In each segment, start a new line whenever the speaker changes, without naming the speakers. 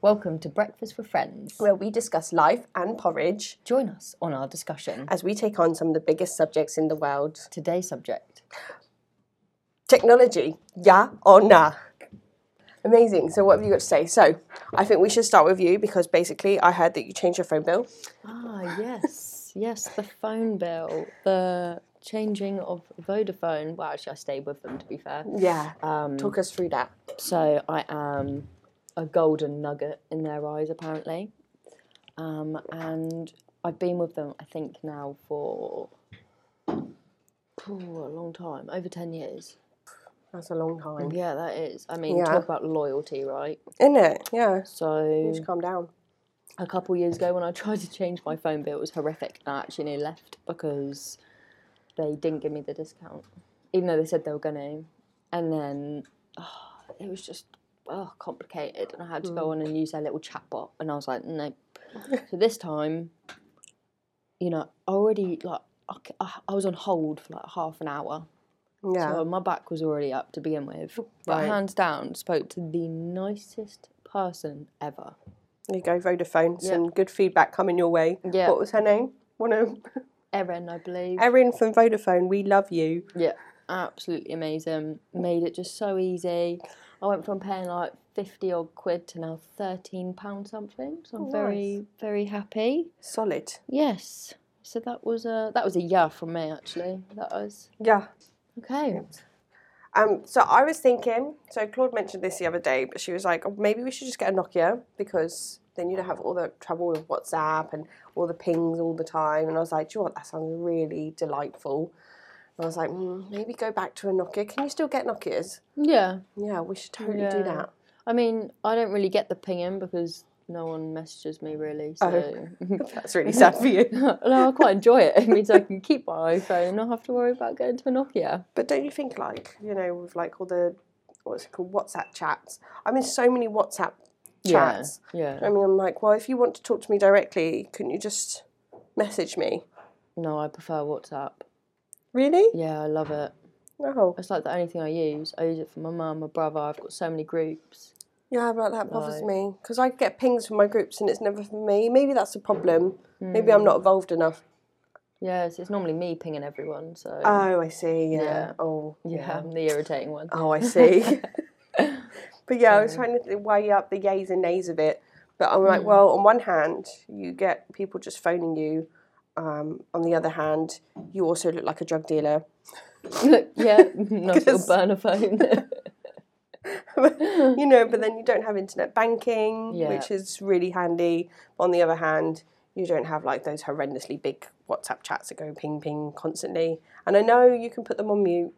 Welcome to Breakfast with Friends.
where we discuss life and porridge
Join us on our discussion.
as we take on some of the biggest subjects in the world.
Today's subject
Technology, yeah or nah? Amazing. So, what have you got to say? So, I think we should start with you because basically, I heard that you changed your phone bill.
Ah, yes, yes, the phone bill, the changing of Vodafone. Well, actually, I stayed with them to be fair.
Yeah. um, Talk us through that.
So I am a golden nugget in their eyes, apparently. Um, and I've been with them, I think, now for ooh, a long time over 10 years.
That's a long time.
Yeah, that is. I mean,
Yeah.
talk about loyalty, right?
Isn't it? Yeah.
So,
Just calm down.
a couple years ago when I tried to change my phone bill, it was horrific. and I actually nearly left because they didn't give me the discount, even though they said they were going to. And then oh, it was just oh, complicated, and I had to go
Mm.
on and use their little chatbot, and I was like, nope. so this time, you know, I already like I c- I- I was on hold for like half an hour.
Yeah.
So my back was already up to begin with, but
Right.
hands down, spoke to the nicest person ever.
there you go, Vodafone. Some good feedback coming your way.
Yeah.
What was her name? One of
Erin, I believe.
Erin from Vodafone. We love you.
Yeah, absolutely amazing. Made it just so easy. I went from paying like fifty odd quid to now thirteen pound something. So I'm very very happy.
Solid.
Yes. So that was a that was a yeah from me actually. That was
Yeah.
okay.
Um, so I was thinking, so Claude mentioned this the other day, but she was like, oh, maybe we should just get a Nokia because then you don't have all the trouble with WhatsApp and all the pings all the time. And I was like, do you know what? That sounds really delightful. And I was like, mm, maybe go back to a Nokia. Can you still get Nokias?
Yeah.
Yeah, we should totally do
Yeah.
that.
I mean, I don't really get the pinging because no one messages me really. So
That's really sad for you.
no, I quite enjoy it. It means I can keep my iPhone and not have to worry about going to a Nokia.
But don't you think, like, you know, with like all the, what's it called, WhatsApp chats? I'm in so many WhatsApp chats.
Yeah.
I
yeah.
mean, I'm like, well, if you want to talk to me directly, couldn't you just message me?
No, I prefer WhatsApp.
Really?
Yeah, I love it.
No.
It's like the only thing I use. I use it for my mum, my brother. I've got so many groups.
Yeah, but that bothers
Like-
me because I get pings from my groups and it's never for me. Maybe that's the problem. Maybe I'm not involved enough.
Yes, it's normally me pinging everyone. So
Oh, I see. Yeah.
Yeah.
Oh.
yeah, I'm the irritating one.
Oh, I see. but yeah, Hmm. I was trying to weigh up the yays and nays of it. But I'm like, well, on one hand, you get people just phoning you. Um, on the other hand, you also look like a drug dealer.
yeah, nice little
'Cause-
burner phone.
you know, but then you don't have internet banking,
Yeah.
which is really handy. on the other hand, you don't have like those horrendously big WhatsApp chats that go ping ping constantly. And I know you can put them on mute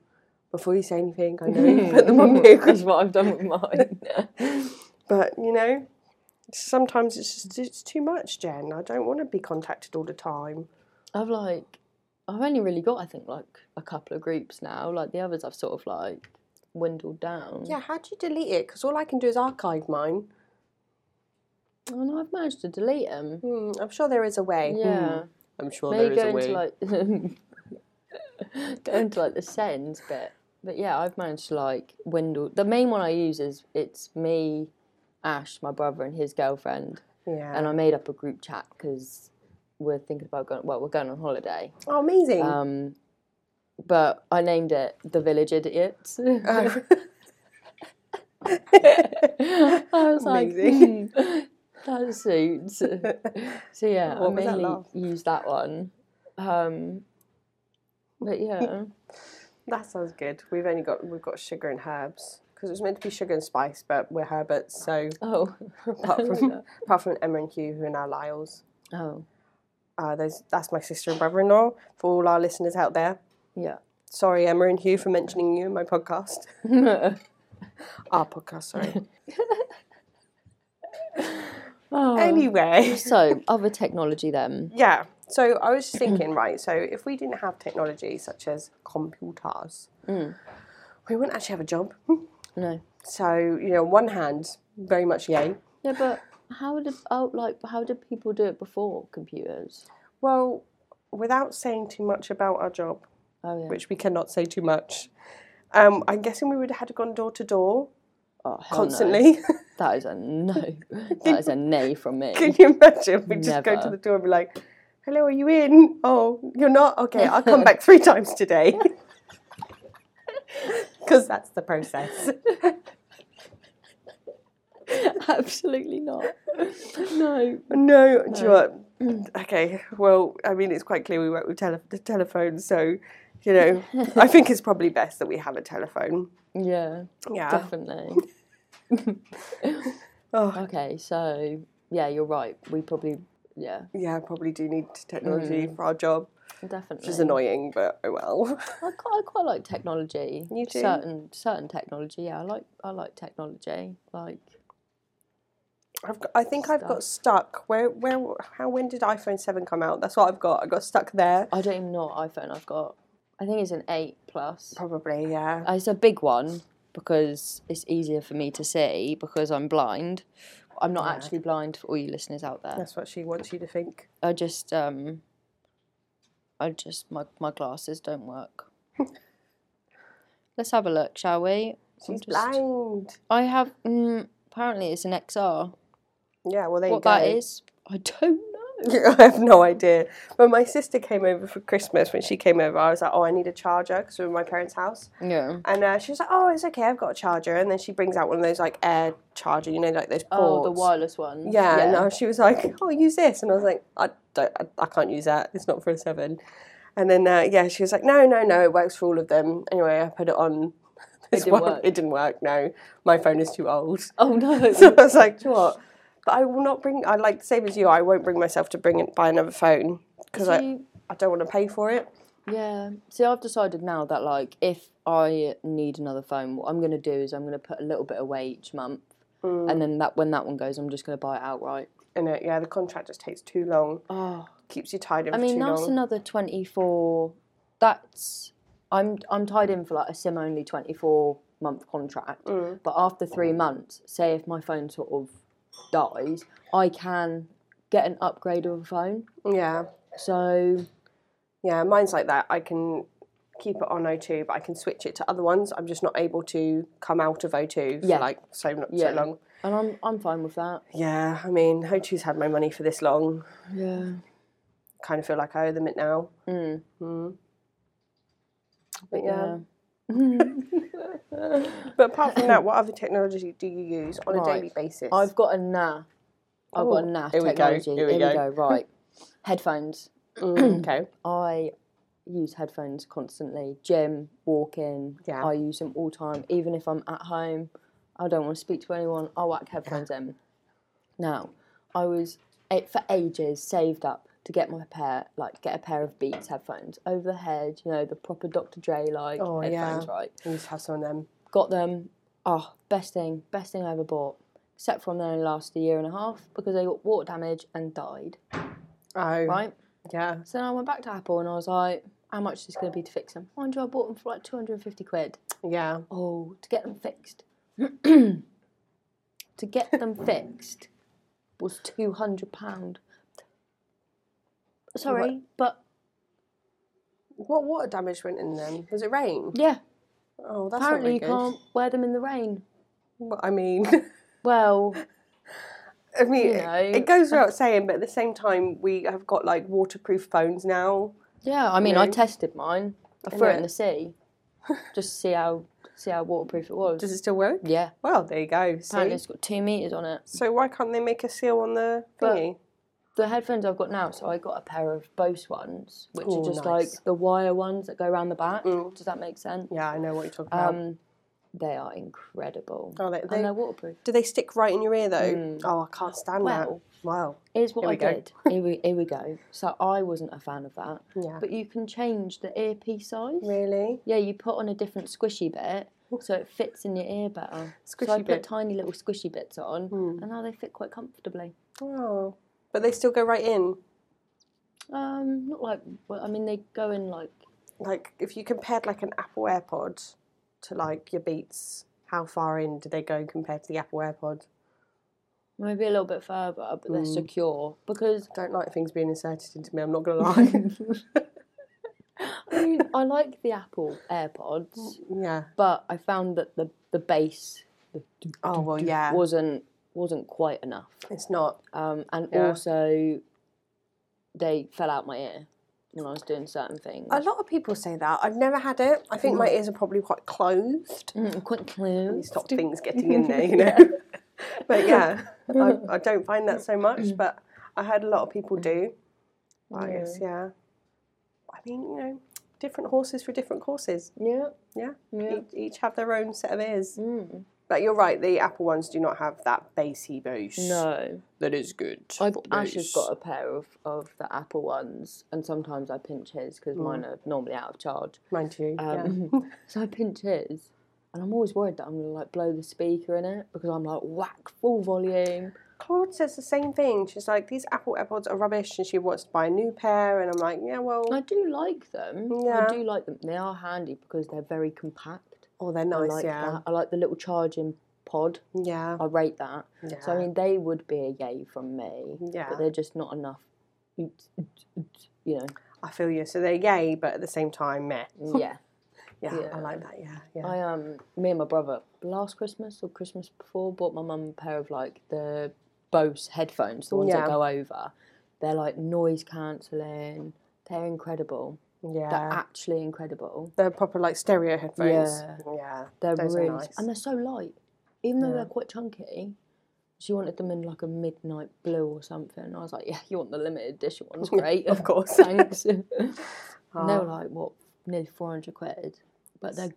before you say anything. I know you can put them on mute,
That's what I've done with mine.
but you know, sometimes it's just it's too much, Jen. I don't want to be contacted all the time.
I've like, I've only really got I think like a couple of groups now. Like the others, I've sort of like dwindled down.
Yeah, how do you delete it? Because all I can do is archive mine.
and I've managed to delete them.
Hmm, I'm sure there is a way. Hmm.
Yeah,
I'm sure
maybe
there
go
is a way.
into like go into like the sends bit. But yeah, I've managed to like dwindle. The main one I use is it's me, Ash, my brother, and his girlfriend,
yeah.
and I made up a group chat because we're thinking about going. Well, we're going on holiday,
oh, amazing.
um, but I named it the Village Idiots.
Oh,
I was
Amazing.
like, "Hmm, that suits. so yeah,
What
I
was that
mainly
laugh?
use that one. Um, but yeah,
That sounds good. We've only got we've got sugar and herbs because it was meant to be sugar and spice, but we're Herberts, so
oh,
apart from apart from Emma and Hugh, who are now Lyles.
oh,
Uh, those that's my sister and brother-in-law. For all our listeners out there,
yeah,
sorry Emma and Hugh for mentioning you in my podcast.
oh,
our podcast, sorry. Anyway,
Um, So, other technology then.
yeah. So I was just thinking, right? So if we didn't have technology such as computers, we wouldn't actually have a job.
No.
So you know, on one hand, very much yay.
Yeah, but how did oh, like how did people do it before computers?
Well, without saying too much about our job,
Oh yeah.
which we cannot say too much, um, I'm guessing we would have had gone door to door
Oh, hell no.
constantly.
That is a no. that is a nay from me.
Can you imagine? We just go to
Never.
the door and be like, "Hello, are you in? Oh, you're not. Okay, I'll come back three times today." Because that's the process.
Absolutely not. No.
No, do you know what? Okay, well, I mean, it's quite clear we work with tele- the telephone, so you know, I think it's probably best that we have a telephone.
Yeah,
Yeah.
definitely.
Oh,
Okay, so yeah, you're right. We probably yeah,
yeah, I probably do need technology for our job,
definitely.
which is annoying, but oh well.
I quite, I quite like technology.
You do?
certain certain technology. Yeah, I like I like technology. Like
I've got, I think I've got stuck. Where, where, how, when did iPhone 7 come out? That's what I've got. I got stuck there.
I don't even know what iPhone I've got. I think it's an eight plus.
Probably, yeah.
It's a big one because it's easier for me to see because I'm blind. I'm not actually blind for all you listeners out there.
That's what she wants you to think.
I just um I just my my glasses don't work. Let's have a look, shall we? I'm
She's
just-
blind.
I have mm, apparently it's an XR.
Yeah, well, there
What
you go.
that is, I don't know.
I have no idea. When my sister came over for Christmas, when she came over, I was like, oh, I need a charger because we're in my parents' house.
Yeah.
And uh, she was like, oh, it's okay, I've got a charger. And then she brings out one of those like air charger, you know, like those ports.
Oh, the wireless one.
Yeah, and I- she was like, "Oh, use this," and I was like, "I don't, I, I can't use that. It's not for a seven. And then uh, yeah, she was like, "No, no, no, it works for all of them." Anyway, I put it on. This
didn't
one.
work.
It didn't work. No, my phone is too old.
Oh no.
So I was like, "Do you know what?" But I will not bring. I like same as you. I won't bring myself to bring it, buy another phone because I,
See-
I don't want to pay for it.
yeah. See, I've decided now that like if I need another phone, what I'm gonna do is I'm gonna put a little bit away each month,
Mm.
and then that when that one goes, I'm just gonna buy it outright.
And uh, yeah, the contract just takes too long.
Oh.
Keeps you tied in
I
for
mean,
too
that's
long.
another twenty four. That's I'm I'm tied in for like a sim only twenty four month contract.
Mm.
But after three months, say if my phone sort of dies, I can get an upgrade of a phone.
yeah,
So
yeah. Mine's like that. I can keep it on O2, but I can switch it to other ones. I'm just not able to come out of O2 for
Yeah.
like so not
Yeah.
so long.
and I'm I'm fine with that.
Yeah, I mean, O2's had my money for this long.
Yeah.
Kind of feel like I owe them it now. Mm. But yeah. But apart from that, what other technology do you use on a
Right.
daily basis?
I've got a nah. I've got a
Oh,
nah
here we go,
technology.
here we go.
Right. Headphones.
Mm, okay.
I use headphones constantly. Gym, walking.
Yeah.
I use them all time. Even if I'm at home, I don't want to speak to anyone. I whack headphones in. Now, I was it for ages saved up to get my pair, like get a pair of Beats headphones over the head. You know the proper Dr. Dre like
Oh, yeah.
headphones, right?
I used to have some of them.
got them. Oh, best thing, best thing I ever bought. Except for them, they only last a year and a half because they got water damage and died.
Oh,
Right.
yeah.
So then I went back to Apple and I was like, how much is this going to be to fix them? Mind you, I bought them for like 250 quid.
Yeah.
Oh, to get them fixed. to get them fixed was 200 pound. Sorry, but
What water damage went in them? Was it rain?
yeah,
Oh, that's
apparently you
not very good.
can't wear them in the rain.
Well, I mean,
Well,
I mean,
You
it-
know.
it goes without saying, but at the same time, we have got like waterproof phones now.
Yeah, I mean, I tested mine. I threw it
Yeah.
in the sea, just to see how see how waterproof it was.
Does it still work?
yeah,
Well, there you go. See?
apparently it's got two meters on it.
So why can't they make a seal on the
But-
thingy?
The headphones I've got now, so I got a pair of Bose ones, which
Oh,
are just
nice. Mm.
like the wire ones that go around the back. Does that make sense?
yeah, I know what you're talking about.
Um, they are incredible,
Oh, they- they-
and they're waterproof.
Do they stick right in your ear though? Oh, I can't stand
Hmm. Well-
that. Wow.
Here's what
Here
I
we go.
did. Here we, here we go. So I wasn't a fan of that.
Yeah.
But you can change the earpiece size.
Really?
Yeah, you put on a different squishy bit so it fits in your ear better. so
Squishy
I put
bit. Hmm.
tiny little squishy bits on, and now they fit quite comfortably.
Oh. But they still go right in.
Um, not like well, I mean they go in like
Like if you compared like an Apple AirPod to like your Beats, how far in do they go compared to the Apple AirPod?
maybe a little bit further, but
Hmm.
they're secure because
Don't like things being inserted into me. I'm not gonna lie.
I
Hmm.
mean I like the Apple AirPods,
yeah.
but I found that the the base
Oh well, yeah.
wasn't wasn't quite enough.
It's not.
Um, and
Yeah.
also, they fell out my ear when I was doing certain things.
A lot of people say that. I've never had it. I think my ears are probably quite closed.
Mm, quite
You
close.
stop things getting in there, you know. but yeah, I, I don't find that so much. But I heard a lot of people do. I
Mm. Yeah.
guess yeah. I mean, you know, different horses for different courses.
Yeah.
Yeah.
Yeah.
Each, each have their own set of ears.
Mm.
But you're right. The Apple ones do not have that bassy bass.
No.
That is good.
I've,
for
Ash has
bass.
got a pair of, of the Apple ones, and sometimes I pinch his because mine are normally out of charge.
mine too. Mm. yeah.
Um, so I pinch his, and I'm always worried that I'm gonna like blow the speaker in it because I'm like whack full volume.
Claude says the same thing. She's like, these Apple AirPods are rubbish, and she wants to buy a new pair. And I'm like, yeah, well,
I do like them.
Yeah.
I do like them. They are handy because they're very compact.
oh, they're nice,
I like
yeah,
that. I like the little charging pod.
yeah,
I rate that.
yeah.
So I mean, they would be a yay from me.
Yeah.
But they're just not enough. You know.
I feel you. So they're yay, but at the same time, meh.
Yeah.
Yeah,
Yeah.
I like that. Yeah, yeah.
I um, me and my brother last Christmas or Christmas before bought my mum a pair of like the Bose headphones, the ones
Yeah.
that go over. They're like noise cancelling. They're incredible.
yeah.
They're actually incredible.
they're proper like stereo headphones.
Yeah.
yeah.
They're
Those are
really
nice.
and they're so light, even though
Yeah.
they're quite chunky. She wanted them in like a midnight blue or something. I was like, yeah, you want the limited edition ones, great, of course, thanks. and they were
Ah.
like what, nearly four hundred quid, but they're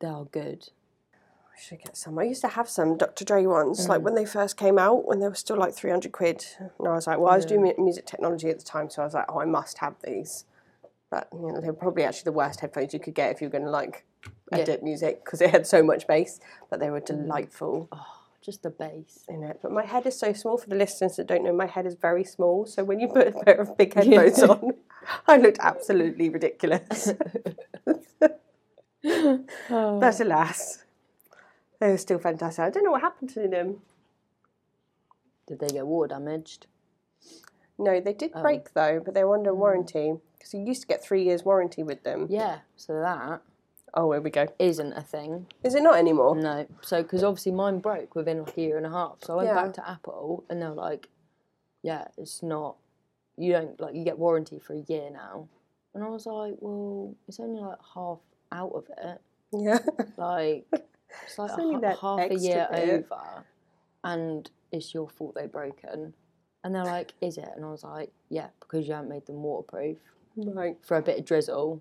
they are good.
I should get some. I used to have some Dr. Dre ones, like when they first came out, when they were still like 300 quid. And I was like, well, I was doing mu- music technology at the time, so I was like, oh, I must have these. But you know, they were probably actually the worst headphones you could get if you were going to like
Yeah.
edit music because it had so much bass, but they were delightful
Just the base.
in it. But my head is so small for the listeners that don't know, my head is very small. So when you put a pair of big headphones on, I looked absolutely ridiculous. But alas, they were still fantastic. I don't know what happened to them.
Did they get water damaged?
No, they
Oh.
did break though, but they were under warranty because you used to get three years warranty with them.
Mm. Yeah, so that
Oh, here we go.
isn't a thing.
Is it not anymore?
No, so because obviously mine broke within like a year and a half. So I went
Yeah.
back to Apple and they're like, yeah, it's not, you don't, like, you get warranty for a year now. And I was like, well, it's only like half out of it.
Yeah.
Like, it's like a
only
ha-
that
half a
extra
year
bit.
over and it's your fault they've broken. And they're like, is it? And I was like, yeah, because you haven't made them waterproof.
like,
for a bit of drizzle.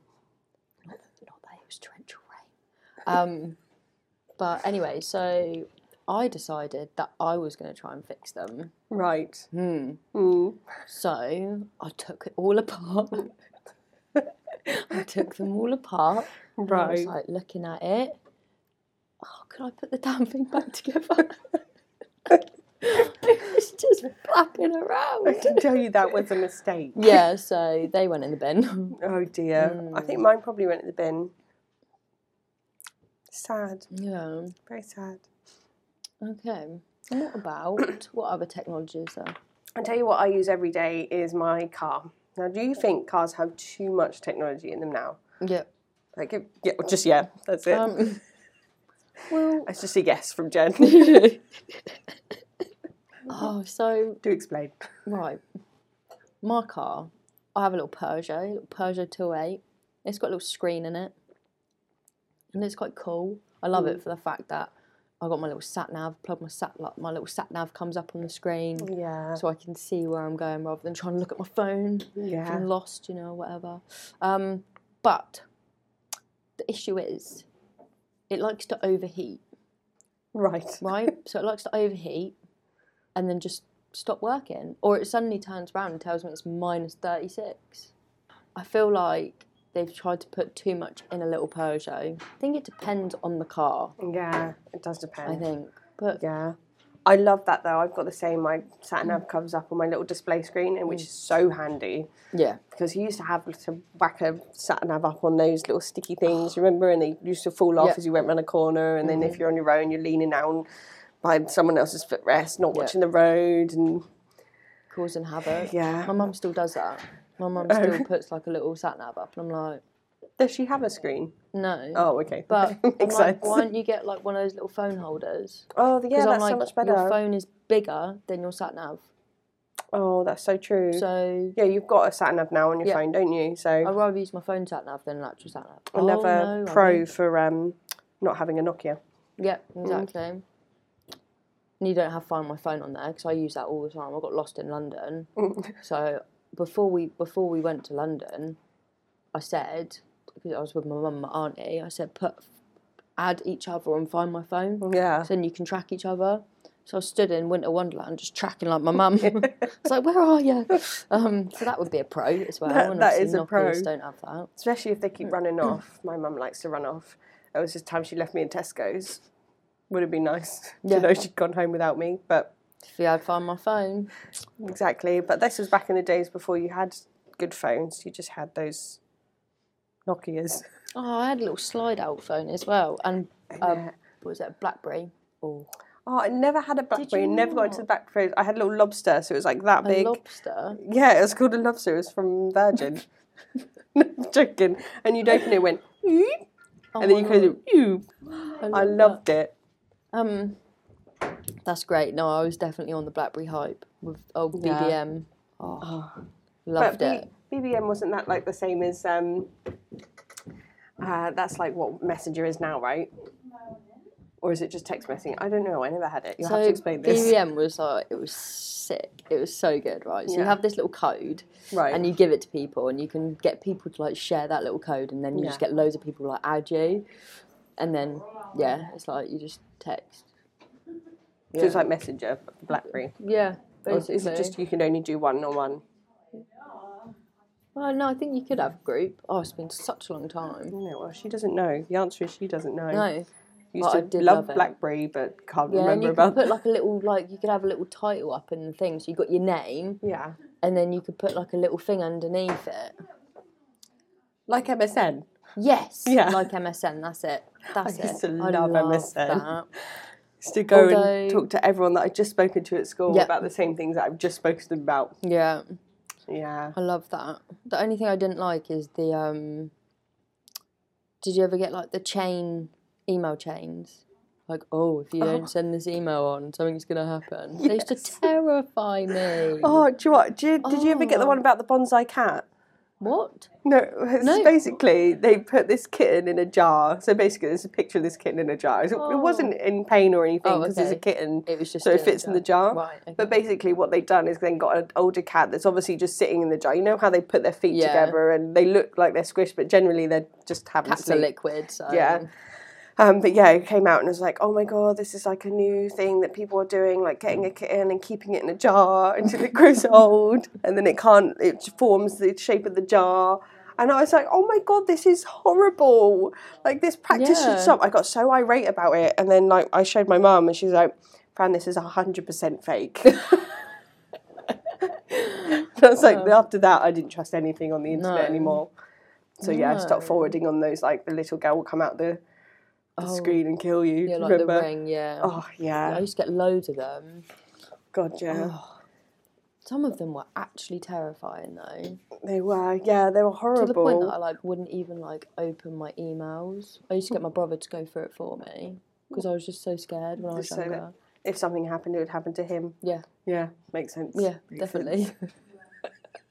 Not that, not that it was torrential rain. Um, but anyway, so I decided that I was going to try and fix them.
right.
Hmm.
Mm.
So I took it all apart. I took them all apart. and I was
Right.
like looking at it. Oh, could I put the damn thing back together? it's just flapping
I
around.
can tell you that was a mistake.
Yeah, so they went in the bin.
Oh dear. I think mine probably went in the bin. Sad.
yeah.
Very sad.
Okay. And what about what other technologies there?
I tell you what I use every day is my car. Now, do you think cars have too much technology in them now?
Yeah.
Like, if- yeah, just yeah, that's it.
Um, well.
That's just a yes from Jen.
oh, so
do explain.
right. My car. I have a little Peugeot, little Peugeot 208. It's got a little screen in it, and it's quite cool. I love it for the fact that I got my little sat nav. Plug my sat my little sat nav comes up on the screen,
Oh, Yeah.
so I can see where I'm going rather than trying to look at my phone. if
Yeah.
I'm lost, you know, whatever. Um, but the issue is, it likes to overheat,
Right.
right? so it likes to overheat and then just stop working, or it suddenly turns around and tells me it's minus 36. I feel like they've tried to put too much in a little Peugeot. I think it depends on the car,
Yeah, it does
I
depend.
think. But
Mm. Yeah. I love that though. I've got the same. My sat
Mm.
nav comes up on my little display screen, and which is so handy
yeah,
because you used to have to whack a sat nav up on those little sticky things, you remember? And they used to fall off
Yeah. Mm-hmm.
as you went round a corner. And then if you're on your own, you're leaning down by someone else's footrest, not watching the road. And
causing havoc.
yeah, Oh.
My mum still does that. My mum still puts like a little sat nav up, and I'm like,
Does she have a screen?
No.
Oh, okay.
But I'm
makes
like,
sense.
why don't you get like one of those little phone holders?
Oh, yeah,
Because
that's
I'm like,
so much better.
Your phone is bigger than your sat nav.
Oh, that's so true.
So
yeah, you've got a sat nav now on your
Yeah.
phone, don't you? So
I'd rather use my phone sat nav than an actual sat nav.
I'm never
Oh, no, I
pro Mm.
won't.
for um not having a Nokia.
Yeah, exactly. And you don't have find my phone on there because I use that all the time. I got lost in London,
Mm.
so before we before we went to London, I said because I was with my mum and my auntie. I said put add each other and find my phone.
Yeah.
So then you can track each other. So I stood in Winter Wonderland just tracking like my mum. it's like, where are you? Um, so that would be a pro as well.
That-
and
that
obviously
is a
knockers
pro.
Don't have that.
Especially if they keep running
Mm.
off. My mum likes to run off. It was this time she left me in Tesco's. Would have been nice
Yeah.
to know she'd gone home without me, but
If you had found my phone,
exactly. But this was back in the days before you had good phones. You just had those Nokias.
oh, I had a little slide out phone as well, and um,
Yeah.
what was it BlackBerry? Oh,
Oh, I never had a BlackBerry.
you
Never got into the BlackBerry. I had a little lobster, so it was like that
a
big.
lobster.
Yeah, it was called a lobster. It was from Virgin. I'm joking. And you'd open it, it went, "Eep,"
Oh
and then you
my
close
God,
it. "Eep." I loved it.
that. Um, that's great. No, I was definitely on the BlackBerry hype with old
Yeah.
BBM. Oh,
But
loved it.
B- BBM wasn't that like the same as um. Uh, that's like what Messenger is now, right? Or is it just text messaging? I don't know. I never had it. You'll have to explain this.
BBM was like it was sick. It was so good, right? So you
Yeah.
have this little code,
Right.
and you give it to people, and you can get people to like share that little code, and then you just
Yeah.
get loads of people like add you, and then yeah, it's like you just text.
So it's like Messenger, but for BlackBerry.
Yeah,
Or
basically.
is it just you can only do one on one?
Well, no, I think you could have group. Oh, it's been such a long time.
No, well, she doesn't know. The answer is she doesn't know.
No.
Used
but
to
I did
love,
love it.
BlackBerry, but can't
Yeah, and
remember
you
about
could put like a little like you could have a little title up in the thing. So you got your name,
Yeah.
and then you could put like a little thing underneath it.
Like MSN.
Yes.
Yeah.
Like MSN, that's it. That's
I used
it.
to
I
love
love
MSN.
That.
Used to go
Although-
and talk to everyone that I'd just spoken to at school
Yeah.
about the same things that I've just spoken to them about.
Yeah,
Yeah.
I love that. The only thing I didn't like is the um did you ever get like the chain email chains? Like, oh, if you don't send this email on, something's gonna happen. They used to
Yes.
terrify me.
Oh, do you what? Do you, did you ever get the
Oh.
one about the bonsai cat?
What?
No, it's
No.
basically they put this kitten in a jar. So basically, there's a picture of this kitten in a jar. So It
Oh.
wasn't in pain or anything
Oh,
because it's a
okay.
kitten.
It was just
so
in
it
a
fits in the jar.
Right, okay.
But basically, what they've done is then got an older cat that's obviously just sitting in the jar. You know how they put their feet
Yeah.
together and they look like they're squished, but generally they're just having
Cats are
sleep.
liquid, so
Yeah. Um, but yeah, it came out and it was like, oh my god, this is like a new thing that people are doing, like getting a kitten and keeping it in a jar until it grows old, and then it can't, it forms the shape of the jar. And I was like, oh my god, this is horrible. Like this practice
Yeah.
should stop. I got so irate about it, and then like I showed my mum, and she's like, Fran, this is hundred percent fake. I was like, after that, I didn't trust anything on the internet
Um. No.
anymore. So yeah, I stopped
No.
forwarding on those. Like the little girl will come out the the
Oh.
screen and kill you.
Yeah,
do you
like
remember?
the ring, yeah. Oh.
Oh
I
yeah.
used to get loads of them.
God yeah.
Some of them were actually terrifying though.
They were. Yeah, they were horrible.
To the point that I like wouldn't even like open my emails. I used to get my brother to go through it for me because I was just so scared when I was
Just so that-
younger.
If something happened, it would happen to him.
Yeah,
Yeah, makes sense.
yeah, definitely.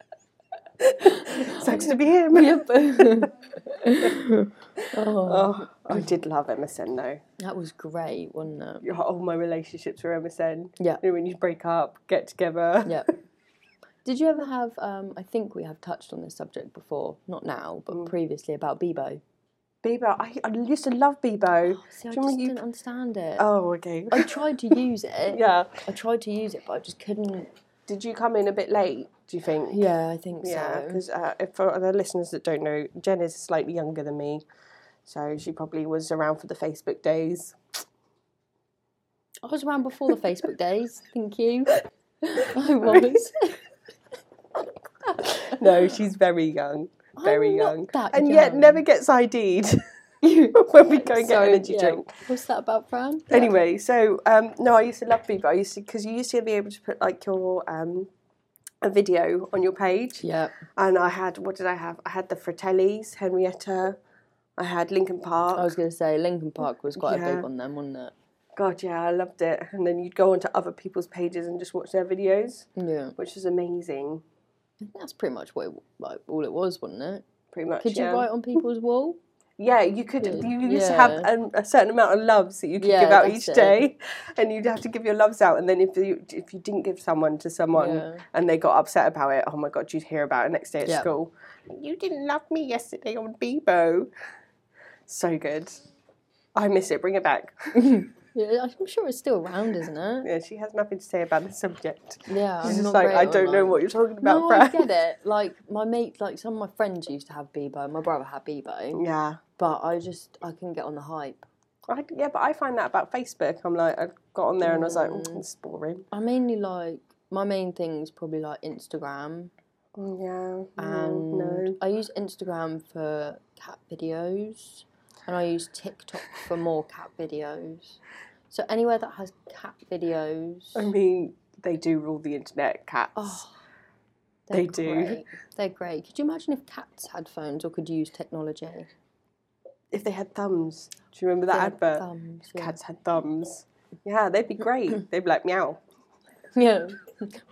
Sucks to be him.
yep. oh,
Oh, I did love MSN though.
that was great, wasn't it?
Yeah, All my relationships were MSN.
Yeah.
You know, when you break up, get together.
Yeah. Did you ever have? Um, I think we have touched on this subject before, not now,
Mm.
but previously about Bebo.
Bebo, I, I used to love Bebo.
See, I
Do
just
you-
didn't understand it.
Oh, okay.
I tried to use it.
yeah.
I tried to use it, but I just couldn't.
Did you come in a bit late? Do you think?
Yeah, I think
Yeah,
so.
because uh, if- for the listeners that don't know, Jen is slightly younger than me, so she probably was around for the Facebook days.
I was around before the Facebook days. Thank you. I was.
No, she's very young, very
I'm not
young,
that
and yet
young.
never gets ID'd when we go and get
So,
energy
yeah.
drink.
What's that about, Fran? Yeah.
Anyway, so um, no, I used to love Bebo. I used to because you used to be able to put like your um, a video on your page.
Yeah.
And I had, what did I have? I had the Fratellis, Henrietta. I had Lincoln Park.
I was going to say Lincoln Park was quite a
Yeah.
big one then, wasn't it?
God, yeah, I loved it. And then you'd go onto other people's pages and just watch their videos,
Yeah.
which is amazing,
I think that's pretty much what it, like all it was, wasn't it?
pretty much.
Could
yeah.
you write on people's wall?
Yeah, you could.
Good.
You used to have
Yeah.
a, a certain amount of loves that you could
Yeah,
give out
that's
each
it.
day, and you'd have to give your loves out. And then if you if you didn't give someone to someone
Yeah.
and they got upset about it, oh my god, you'd hear about it next day at
Yeah.
school. You didn't love me yesterday on Bebo. So good. I miss it. Bring it back.
Yeah, I'm sure it's still around, isn't it?
yeah, she has nothing to say about the subject.
Yeah. I'm
She's just
not
like,
great
I
on,
don't know
like-
what you're talking about,
no, I
Brad.
get it. Like my mate, like some of my friends used to have Bebo. My brother had Bebo,
Yeah.
but I just I couldn't get on the hype.
I, yeah, but I find that about Facebook. I'm like, I got on there and I was like, mm, it's boring.
I mainly like my main thing's probably like Instagram,
Mm, Yeah. no,
and
no.
I use Instagram for cat videos, and I use TikTok for more cat videos. So anywhere that has cat videos,
I mean, they do rule the internet, cats.
oh,
They
they're
do.
great. They're great. Could you imagine if cats had phones or could use technology?
If they had thumbs, do you remember that
They had
advert?
thumbs, yeah.
Cats had thumbs. Yeah, they'd be great. they'd be like meow.
Yeah.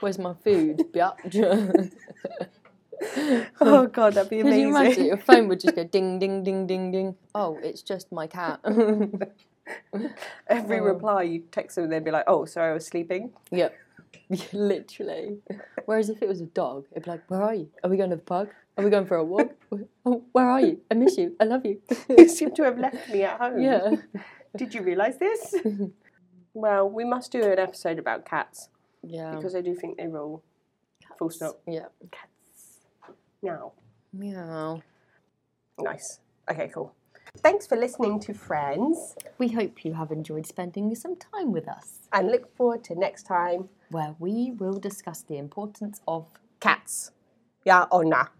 Where's my food? Biatch.
Oh god, that'd be
Could you imagine?
amazing.
Your phone would just go ding, ding, ding, ding, ding. Oh, it's just my cat.
Every reply you text them, and they'd be like, "Oh, sorry, I was sleeping."
yep. Literally. Whereas if it was a dog, it'd be like, Where are you? Are we going to the park? Are we going for a walk? Oh, where are you? I miss you. I love you.
you seem to have left me at home.
yeah.
Did you realise this? well, we must do an episode about cats
Yeah.
because I do think they rule. Full stop.
Yeah.
Meow.
Meow.
Nice. Oh. Okay, cool. Thanks for listening to Friends,
We hope you have enjoyed spending some time with us,
and look forward to next time.
where we will discuss the importance of
Cats. Yeah or nah.